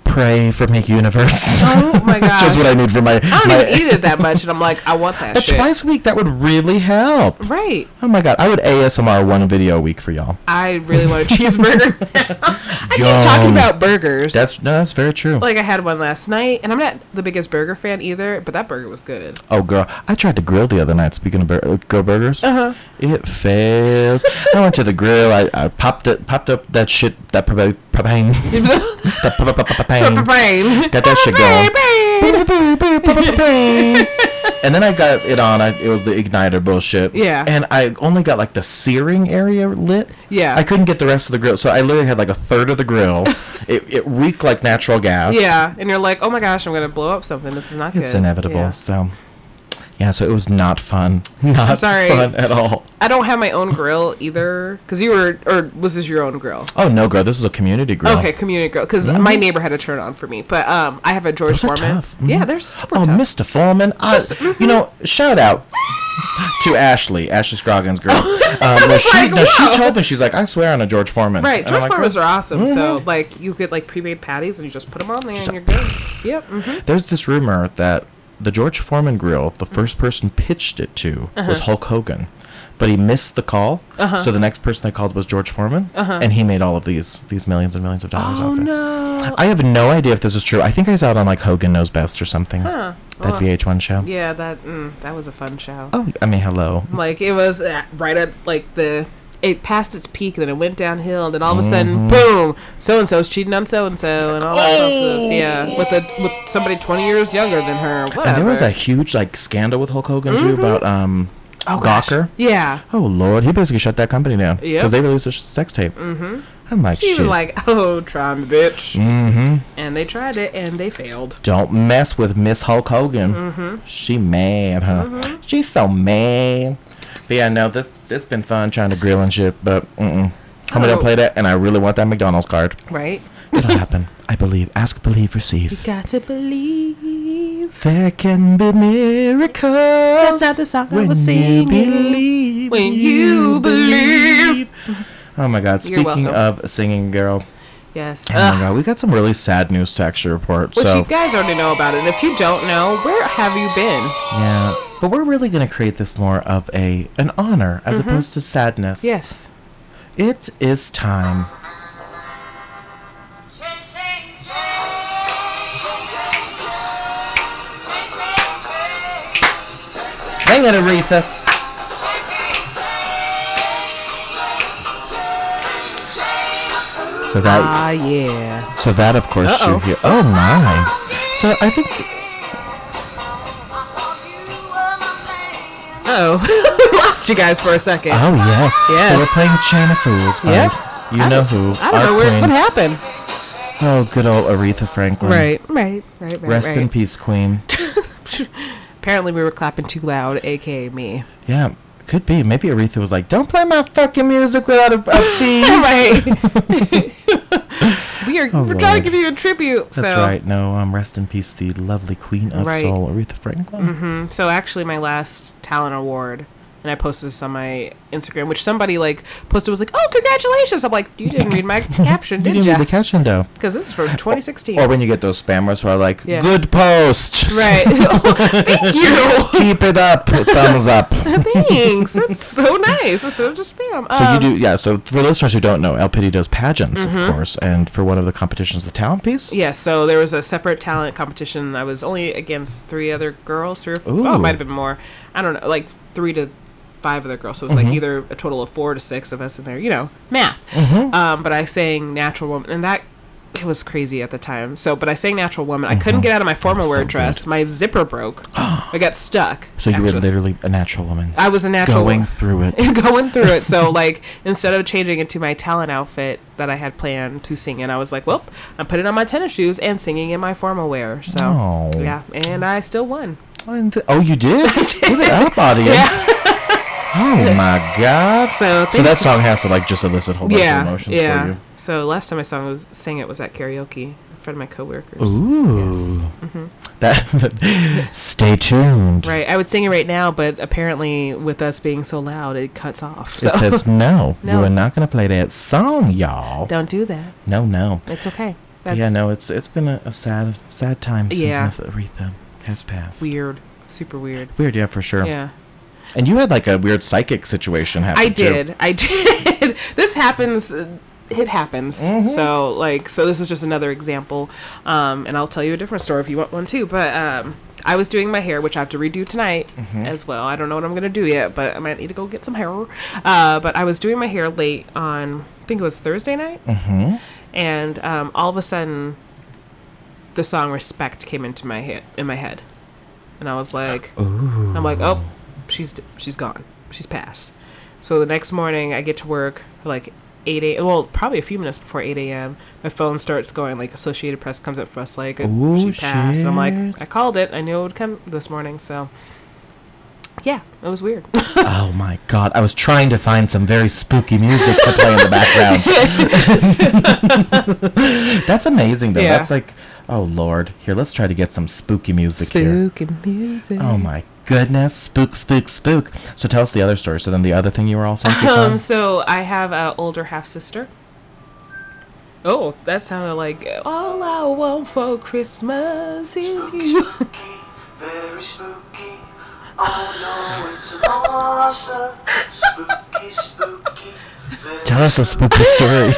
pray for Make Universe. Oh my gosh. just what I need for my. I don't my- even eat it that much, and I'm like, I want that But shit. twice a week, that would really help. Right. Oh my god, I would ASMR one video a week for y'all. I really want a cheeseburger. I Yum. keep talking about burgers. That's no, that's very true. like I had one last night, and I'm not the biggest burger fan either, but that burger was good. oh girl, I tried to grill the other night. Speaking of bur- uh, grill burgers, uh-huh. it failed. I went to the grill. I, I popped it, popped up that shit, that propa- propane, that propa- propa- propane. Brain. Got that shit Brain. going. And then I got it on. I, it was the igniter bullshit. Yeah. And I only got like the searing area lit. Yeah. I couldn't get the rest of the grill, so I literally had like a third of the grill. it, it reeked like natural gas. Yeah, and you're like, oh my gosh, I'm gonna blow up something. This is not good. It's inevitable. Yeah. So, yeah. So it was not fun. Not sorry. fun at all. I don't have my own grill either, because you were, or was this your own grill? Oh no, girl. This was a community grill. Okay, community grill, because my neighbor had a turn on for me, but um, I have a George mm-hmm. Those are Foreman. tough. Yeah, Mhm. they're super Oh, tough. Mr. Foreman. I, mm-hmm. You know, shout out to Ashley, Ashley Scroggins girl. Um, no, she, like, no, she wow. told me she's like, I swear on a George Foreman. Right, And I'm like, George Mm-hmm. Foreman's "Girl, are awesome. So like, you get like pre-made patties and you just put them on there and you're good. Yep. hmm There's this rumor that the George Foreman grill, Mm-hmm. the first person pitched it to Uh-huh. was Hulk Hogan, but he missed the call. So the next person they called was George Foreman, and he made all of these these millions and millions of dollars Uh-huh. Oh off it. no. I have no idea if this is true. I think I saw it on like Hogan Knows Best or something. That VH1 show. Yeah, that mm, that was a fun show. Oh, I mean, hello. Like it was uh, right at like the it passed its peak, and then it went downhill, and then all of a Mm-hmm. sudden, boom! So and so's cheating on so and so, and all that stuff. Yeah, with a with somebody twenty years younger than her. Whatever. Mm-hmm. And there was that huge like scandal with Hulk Hogan too about um oh, gosh. Gawker. Yeah, Oh lord, he basically shut that company down because Yep. they released a sh- sex tape. Mm-hmm. I'm like, she shit. was like, "Oh, try me, bitch," mm-hmm. and they tried it, and they failed. Don't mess with Miss Hulk Hogan. Mm-hmm. She mad, huh? She's so mad. But yeah, no, this this been fun trying to grill and shit, but mm-mm. I'm gonna Oh. play that, and I really want that McDonald's card. Right? It'll happen. I believe. Ask, believe, receive. Got to believe. There can be miracles. That's not the song I when was You singing. believe, When you believe. Oh my God! You're Speaking welcome. of singing, girl. Yes. Oh my God, we got some really sad news to actually report. Which so you guys already know about it. And if you don't know, where have you been? yeah, but we're really gonna create this more of a an honor as opposed to sadness. Mm-hmm. Yes. It is time. Sing it, Aretha. So that. Ah, yeah. So that, of course, Uh-oh. you hear. Oh my! So I think Oh, lost you guys for a second. Oh yes. Yes. So we're playing Chain of Fools. by Yep. You know who? I don't our know where queen. what happened. Oh, good old Aretha Franklin. right, right, right. Rest in peace, Queen. Apparently, we were clapping too loud, aka me. Yeah, could be. Maybe Aretha was like, "Don't play my fucking music without a, a fee." Right. we are. Oh, we're trying Lord. to give you a tribute. That's so, right. No, um, rest in peace, the lovely Queen of Right. Mm-hmm. Soul, mm, Aretha Franklin. so actually, my last talent award and I posted this on my Instagram, which somebody like posted was like, "Oh, congratulations!" I'm like, "You didn't read my caption, You did didn't read the you?" caption though. Because this is from 2016, Or when you get those spammers who are like, Yeah. "Good post, right? Thank you. keep it up, thumbs up." So Thanks. That's so nice. That's so just spam. Um, Mm-hmm. you do, yeah. So for listeners who don't know, El Pity does pageants, of course, and for one of the competitions, the talent piece. Yeah, so there was a separate talent competition. I was only against three other girls, three or four. Oh, Ooh. it might have been more. I don't know, like three to five other girls. So it was Mm-hmm. like either a total of four to six of us in there, you know, math. Mm-hmm. Um, but I sang Natural Woman, and that it was crazy at the time. So, but I sang Natural Woman. I couldn't get out of my formal wear Mm-hmm. good. dress. My zipper broke. I got stuck. So you were actually. literally a natural woman I was a natural going wo- through it. going through it. So like instead of changing into my talent outfit that I had planned to sing in, I was like, well, I'm putting on my tennis shoes and singing in my formal wear. So Oh. yeah, and I still won. And th- oh, you did? Give it up, audience. Oh my god. So So that thanks- song has to like just elicit a whole bunch of Yeah, emotions yeah. for So last time I sung was sang it was at karaoke in front of my coworkers. you. Ooh. That stay tuned. Mm-hmm. Right, I would sing it right now, but apparently with us being so loud, it cuts off. So It says no, No. You are not gonna play that song, y'all. don't do that. No, no. It's okay. But That's yeah, no. It's it's been a, a sad sad time since Yeah. Miss Aretha has passed. weird, super weird. Weird, yeah, for sure. Yeah. And you had like a weird psychic situation happen. I too. did. I did. this happens. uh, It happens. So like, so this is just another example. Um, and I'll tell you a different story if you want one too. But um, I was doing my hair, which I have to redo tonight as well. I don't know what I'm gonna do yet, but I might need to go get some hair. Uh, but I was doing my hair late on. I think it was Thursday night. And um, all of a sudden, the song "Respect" came into my head. In my head, and I was like, Uh, I'm like, oh, she's d- she's gone. She's passed. So the next morning, I get to work like 8 a.m. Well, probably a few minutes before 8 a.m. My phone starts going. Like Associated Press comes up for us. Like Ooh, she passed. I'm shit. like, I called it. I knew it would come this morning. So yeah, it was weird. Oh my god, I was trying to find some very spooky music to play in the background. That's amazing though. Yeah. That's like oh lord. Here, let's try to get some spooky music here. Spooky music. Oh my goodness. Spook, spook, spook. So tell us the other story. So then the other thing you were also Um, um, so I have an older half sister. Oh, that sounded like all I want for Christmas is you. spooky, very spooky. Oh no, it's an awesome, spooky, spooky. Very Tell us a spooky story.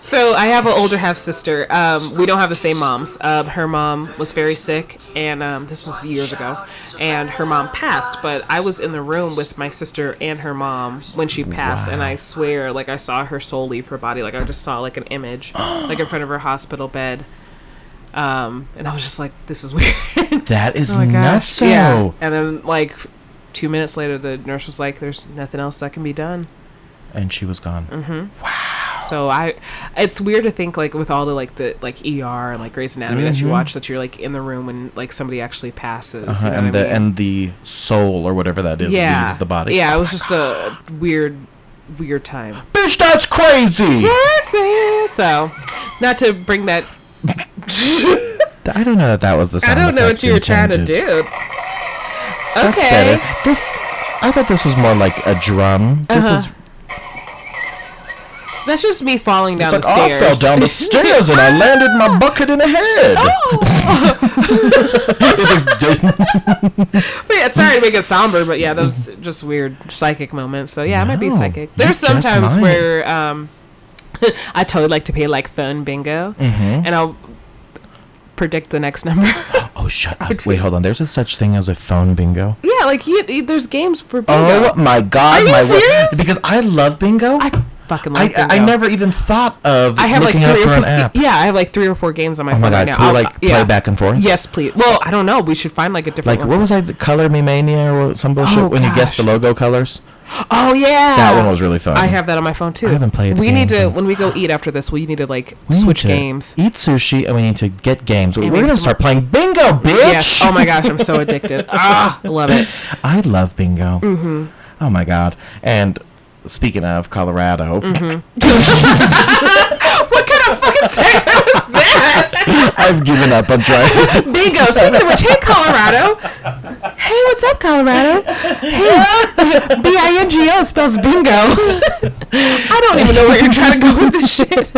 So I have an older half sister. Um, we don't have the same moms. Um, her mom was very sick, and um, this was years ago, and her mom passed. But I was in the room with my sister and her mom when she passed, and I swear, like I saw her soul leave her body. Like I just saw like an image, like in front of her hospital bed. Um, and I was just like, "This is weird." that is Oh my nuts gosh. so Yeah. And then like two minutes later, the nurse was like, "There's nothing else that can be done." and she was gone. Mm-hmm. Uh-huh. So I, it's weird to think like with all the like the like ER and like Grey's Anatomy that you watch that you're like in the room when like somebody actually passes. Mm-hmm. Uh-huh, you know and what the I mean? and the soul or whatever that is yeah, leaves the body. Yeah, it was just a weird, weird time. Bitch, that's crazy. So, not to bring that. I don't know that that was the I sound don't know what effects you were trying to intended. do. That's Okay. better. This, I thought this was more like a drum. This Uh-huh. is That's just me falling down like oh, the I stairs. fell down the stairs and I landed my bucket in the head. Oh. It's like, did- Yeah, sorry to make it somber, but yeah, those just weird psychic moments. So yeah, I might be No, psychic. you just There's sometimes might. where um, I totally like to play like phone bingo, Mm-hmm. and I'll predict the next number. oh, shut up! Wait, hold on. There's a such thing as a phone bingo. yeah, like you, you- there's games for Oh bingo. my god! Are you my word. serious? Because I love bingo. I fucking I, like bingo. I never even thought of I have like looking three it up or for four, an app. yeah, I have like three or four games on my Oh phone my right god! now. Can we I'll- like yeah. play back and forth? Yes, please. Well, I don't know. We should find like a different Like one. what was that? Color Me Mania or some bullshit? when you guess Oh, gosh. the logo colors. Oh yeah, That one was really fun. I have that on my phone too. I haven't played We the need games to in- when we go eat after this. We need to like We need switch to games. Eat sushi, and we need to get games. We're make gonna some- start playing bingo, bitch. Yes. Oh my gosh, I'm so addicted. Ah, love it. I love bingo. Mm-hmm. Oh my god! And speaking of Colorado, Mm-hmm. What kind of fucking sentence was that? I've given up on trying. Bingo. Speaking of which, hey Colorado. Hey, what's what's up, Colorado? Hey, B I N G O spells bingo. I don't even know where you're trying to go with this shit.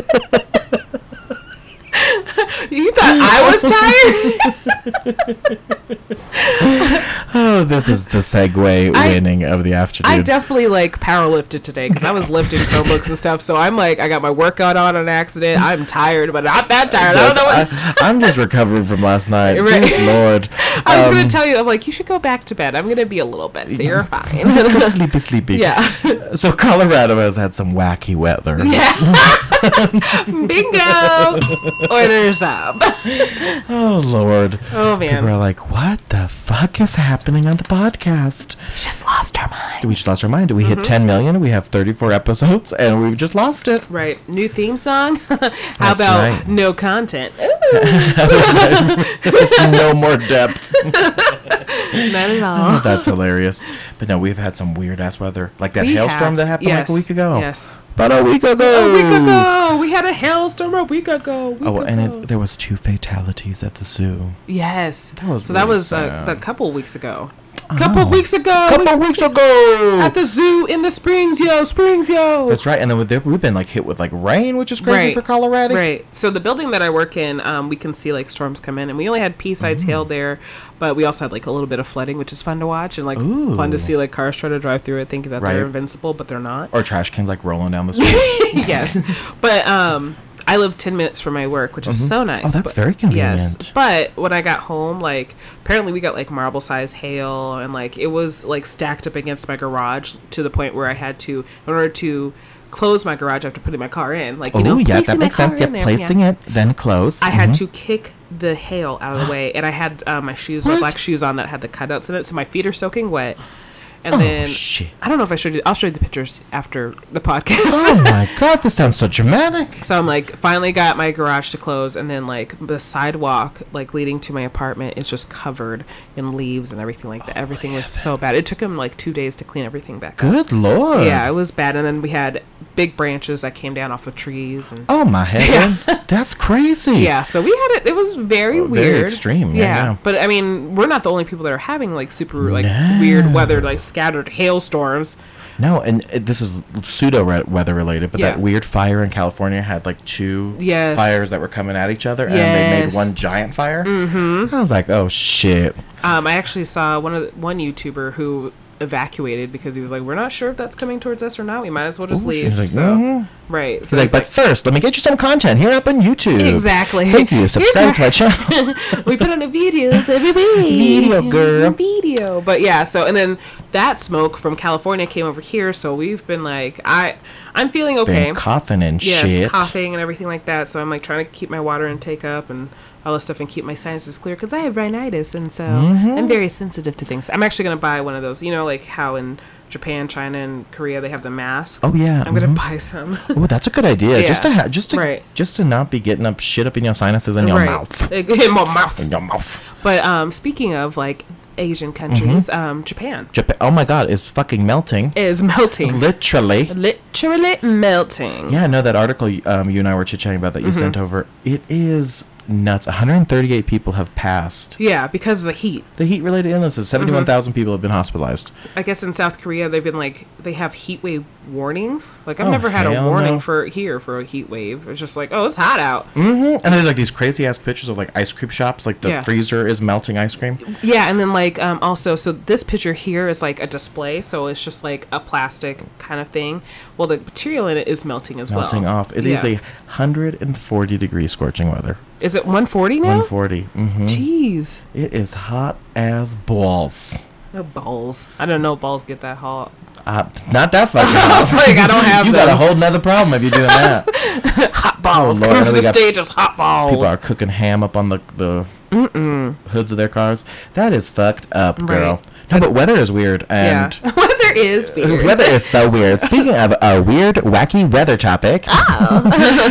you thought I was tired? Oh, this is the segue I- winning of the afternoon. I definitely like power lifted today because I was lifting Chromebooks and stuff. So I'm like, I got my workout on on accident. I'm tired, but not that tired. I don't know what. am just recovering from last night. Right. Good Lord. I was Um, gonna tell you, I'm like, you should go back to bed. I'm gonna be a little bit, so you're fine. sleepy, sleepy. yeah. So Colorado has had some wacky weather. Bingo! Orders up. Oh Lord. Oh People are man. like, what the fuck is happening on the podcast? She just lost her mind. We just lost our mind. We Mm-hmm. hit 10 million. We have 34 episodes, and we've just lost it. Right. New theme song? How That's about right. no content? no more depth. Not at all. That's hilarious. But no, we've had some weird ass weather, like that We hailstorm have- that happened like a yes, week ago. yes. about a week ago. A week ago, we had a hailstorm a week ago. week Oh, and ago. it, there was two fatalities at the zoo. yes. was so that really was uh, sad. a couple weeks ago. Couple weeks ago. couple weeks- weeks ago. at the zoo in the springs, yo, springs, yo. That's right. And then with the- we've been like hit with like rain, which is crazy Right. for Colorado. Right. So the building that I work in, um, we can see like storms come in, and we only had pea Mm-hmm. sides hail there, but we also had like a little bit of flooding, which is fun to watch and like fun Ooh. to see like cars try to drive through it, thinking that Right. they're invincible, but they're not. Or trash cans like rolling down the street. yes, but um, I live ten minutes from my work, which is so nice. Oh, that's But- very convenient. Yes, but when I got home, like apparently we got like marble size hail, and like it was like stacked up against my garage to the point where I had to, in order to close my garage, I have to put in my car in, like you oh know, yeah, that placing my makes car sense. Yeah, in there. Yeah. placing it, Mm-hmm. then close. I had to kick the hail out of the way, and I had uh, my shoes, my black shoes on that had the cutouts in it, so my feet are soaking wet. And then Oh, shit. I don't know if I showed you. I'll show you the pictures after the podcast. oh my god, this sounds so dramatic. so I'm like, finally got my garage to close, and then like the sidewalk, like leading to my apartment, is just covered in leaves and everything like that. everything was so bad. It took him like two days to clean everything back up. Good lord. Yeah, it was bad. And then we had big branches that came down off of trees and. Oh my heaven, that's crazy. Yeah, so we had it. It was very weird, Oh, very extreme, yeah, yeah. but I mean, we're not the only people that are having like super like weird weather, like scattered hailstorms. No, and it- this is pseudo re- weather related, but Yeah. that weird fire in California had like two Yes. fires that were coming at each other, and they Yes. made one giant fire. Mm-hmm. I was like, oh shit. Um, I actually saw one of the, one YouTuber who evacuated because he was like, "We're not sure if that's coming towards us or not. We might as well just Ooh, she leave." was like, so, "Mhm." right, so He's like, it's but first, let me get you some content here up on YouTube. Exactly. Thank you. Here's Subscribe our- to my channel. like, we put on a video, Every week. Video girl. video, but yeah. So and then that smoke from California came over here, so we've been like, I, I'm feeling okay. Been coughing and yes, shit. coughing and everything like that. So I'm like trying to keep my water intake up and all this stuff and keep my sinuses clear because I have rhinitis and so Mm-hmm. I'm very sensitive to things. I'm actually gonna buy one of those. You know, like how in Japan, China, and Korea they have the mask. Oh, yeah, I'm gonna buy some. Oh, that's a good idea. Just to Yeah. ha- just to Right. just to not be getting up shit up in your sinuses and your right mouth. in my mouth. Your mouth. But um, speaking of like Asian countries, Mm-hmm. um, Japan Japan. Oh my god, it's fucking melting. is melting, Literally. literally melting. Yeah, no, that article y- um, you and I were chit chatting about that you sent Mm-hmm. over. It is nuts. 138 people have passed. Yeah, because of the heat. The heat related illnesses. Mm-hmm. 71,000 people have been hospitalized. I guess in South Korea they've been like they have heat wave warnings. Like I've Oh, never had a hell warning no. for here for a heat wave. It's just like, oh, it's hot out. And there's like these crazy ass pictures of like ice cream shops, like the Yeah. freezer is melting ice cream. Yeah, and then like um also so this picture here is like a display, so it's just like a plastic kind of thing. Well, the material in it is melting as Melting well. off. It is Yeah. a 140 degree scorching weather. Is it 140 now? 140. hmm Jeez. It is hot as balls. No balls. I don't know if balls get that hot. Uh, not that fucking hot. I was like, I don't have You them. got a whole nother problem if you're doing that. hot balls. Lord, Coming and from we the got- stage is hot balls. People are cooking ham up on the the hoods of their cars. That is fucked up, girl. Right. No, but weather is weird, yeah. and Weather is weird. weather is so weird. Speaking of a weird, wacky weather topic, Oh.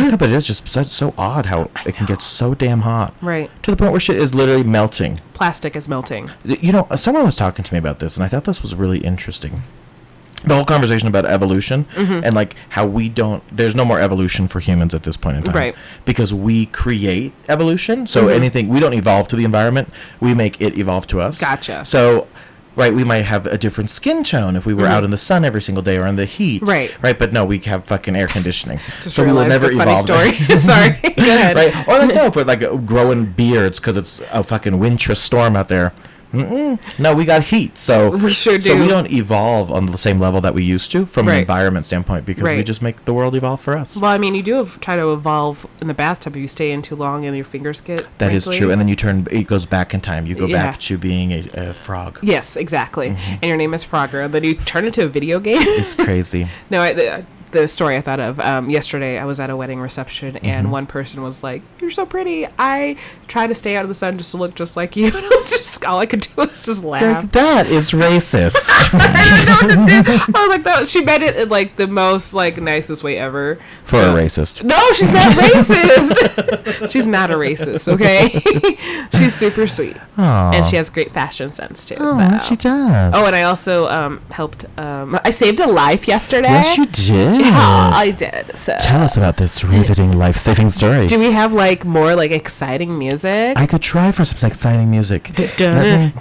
no, but it is just so, so odd how it can get so damn hot, Right. To the point where shit is literally melting. Plastic is melting. You know, someone was talking to me about this, and I thought this was really interesting. The whole conversation about evolution Mm-hmm. and like how we don't, there's no more evolution for humans at this point in time, Right. Mm-hmm. Because we create evolution, so anything we don't evolve to the environment, we make it evolve to us. Gotcha. So right we might have a different skin tone if we were out in the sun every single day or in the heat Mm-hmm. Right. right but no we have fucking air conditioning Just realized a funny story. Sorry. Go ahead. right or like no for like growing beards because it's a fucking winter storm out there Mm-mm. no we got heat so We sure so we do. don't evolve on the same level that we used to from an Right. environment standpoint because we Right. just make the world evolve for us Well, I mean, you do ev- try to evolve in the bathtub. If you stay in too long, and your fingers get That is wrinkly. true. And then you turn, it goes back in time. You go Yeah. back to being a, a frog. yes, exactly. Mm-hmm. And your name is Frogger. And then you turn into a video game. It's crazy. No, I, the, the story I thought of um, yesterday, I was at a wedding reception, Mm-hmm. and one person was like, "You're so pretty. I try to stay out of the sun just to look just like you." And I was just all I could do was just laugh. Like, that is racist. I was like, "No." She meant it in like the most like nicest way ever. For So- a racist. No, she's not racist. she's not a racist. Okay, she's super sweet, and she has great fashion sense too. Oh, so. she does. Oh, and I also um, helped. Um, I saved a life yesterday. yes, you did. Ah, I did. So. Tell us about this riveting life-saving story. Do we have like more like exciting music? I could try for some exciting music. Dun, dun,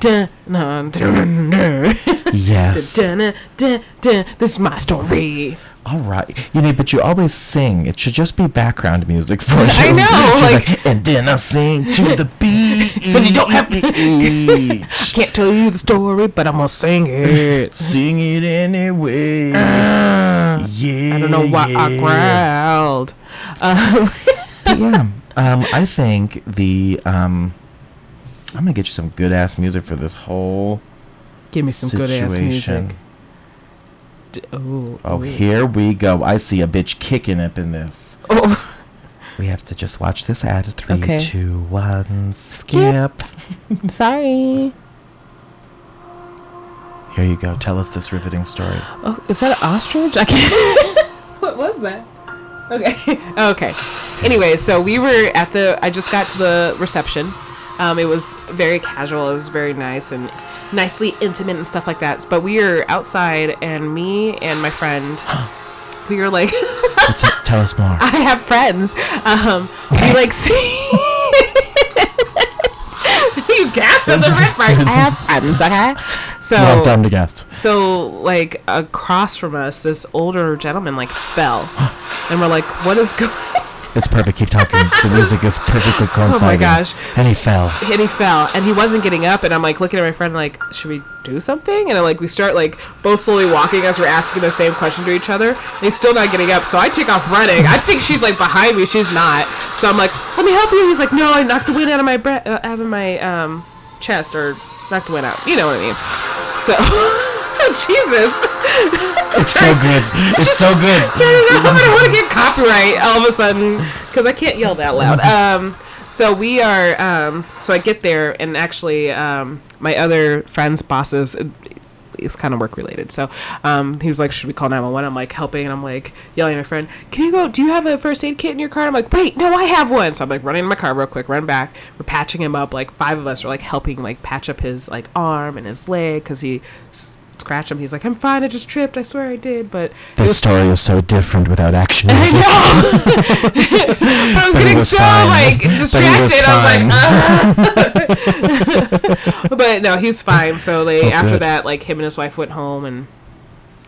dun, dun, dun, yes. dun, dun, dun. This is my story. All right. You know, but you always sing. It should just be background music for you. I know, She's like- and then I sing to the beat. But you don't have- have. Can't tell you the story, but I'm gonna sing it. sing it anyway. yeah. Uh, I don't know why I growled. Um, yeah. Um, I think the um, I'm gonna get you some good ass music for this whole give me some good ass music. situation. D- Oh, Oh, here we go. I see a bitch kicking up in this. oh. We have to just watch this ad. Three, two, one, Okay. skip. sorry. Here you go. Tell us this riveting story. Oh, is that an ostrich? I can't. what was that? Okay. okay. Anyway, so we were at the. I just got to the reception. Um, it was very casual. It was very nice and nicely intimate and stuff like that. But we were outside, and me and my friend, we were like, Let's tell us more. I have friends. Um, we like see. you gasped at the rip, right? I have friends. Okay. So Well, I'm done to guess. so, like, across from us, this older gentleman, like, fell. and we're like, what is going It's perfect. Keep talking. The music is perfectly coinciding. Oh gosh. And he fell. And he fell. And he wasn't getting up. And I'm, like, looking at my friend, like, should we do something? And, like, we start, like, both slowly walking as we're asking the same question to each other. And he's still not getting up. So I take off running. I think she's, like, behind me. She's not. So I'm like, let me help you. He's like, no, I knocked the wind out of my breath, uh, out of my, um, chest or knocked the wind out. You know what I mean? So, Jesus. It's so good. It's so good. I don't want to get copyright all of a sudden because I can't yell that loud. Um, so we are. Um, so I get there, and actually, um, my other friend's bosses. It's kind of work related, so um, he was like, "Should we call 911?" I'm like helping, and I'm like yelling at my friend, "Can you go? Do you have a first aid kit in your car?" I'm like, "Wait, no, I have one." So I'm like running in my car real quick, run back. We're patching him up. Like five of us are like helping, like patch up his like arm and his leg because he s- scratched him. He's like, "I'm fine. I just tripped. I swear I did." But it This was story is so different without action I music. know. but I was But he getting was so fine. like But he was distracted. I fine. was like, "Ah." but no, he's fine. So they Oh, after good. that, like him and his wife went home, and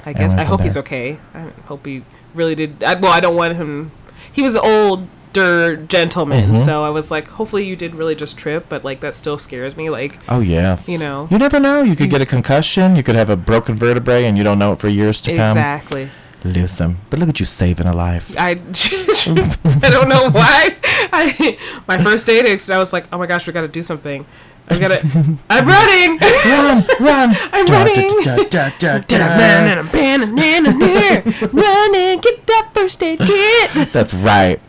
I guess I went from hope he's there. okay. I hope he really did. I, well, I don't want him. He was an older gentleman, Mm-hmm. so I was like, hopefully you did really just trip, but like that still scares me. Like Oh yes. You know. Mm-hmm. You never know. You could get a concussion. You could have a broken vertebrae, and you don't know it for years to exactly. come. Listen, but look at you saving a life. I I don't know why. I my first date ex, I was like, oh my gosh, we got to do something. I got to. I'm running. Run, run. I'm Da, da, running. da, da, da, da, da. Running, get that first aid kit. That's right.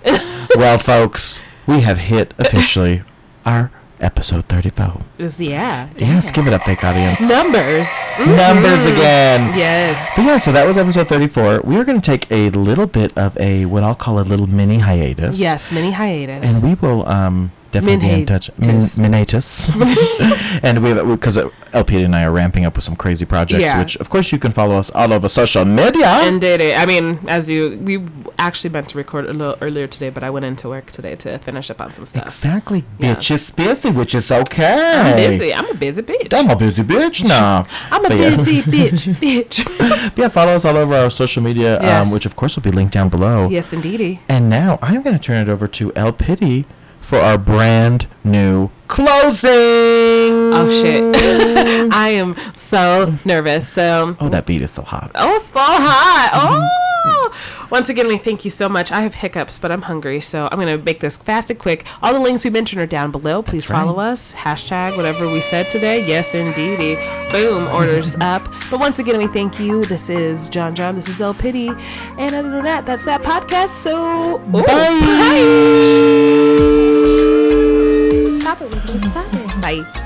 Well, folks, we have hit officially our episode 34. It's- Yeah. Yes, give it up, fake audience. Numbers. Numbers again. Yes. But yeah, so that was episode 34. We are going to take a little bit of a, what I'll call a little mini hiatus. Yes. Mini hiatus. And we will um, Definitely be in touch. Min- Minhatus. Minatus. and we uh, have, because LP and I are ramping up with some crazy projects, Yeah. which of course you can follow us all over social media. And day day. I mean, as you, we actually meant to record a little earlier today, but I went into work today to finish up on some stuff. exactly. Yes. Bitch is busy, which is okay. I'm busy. I'm a busy bitch. I'm a busy bitch now. I'm a But yeah. busy bitch, bitch. But yeah, follow us all over our social media, Yes. um, which of course will be linked down below. yes, indeedy. And now I'm going to turn it over to El Pity for our brand new closing. Oh shit. I am so nervous. So Oh, that beat is so hot. Oh, it's so hot. Oh. Once again, we thank you so much. I have hiccups, but I'm hungry, so I'm going to make this fast and quick. All the links we mentioned are down below. Please That's right. follow us. Hashtag whatever we said today. Yes, indeedy. Boom, orders up. But once again, we thank you. This is John John. This is El Pity. And other than that, that's that podcast. So, ooh, Bye. bye. Stop it, Whitney. Stop it. Bye.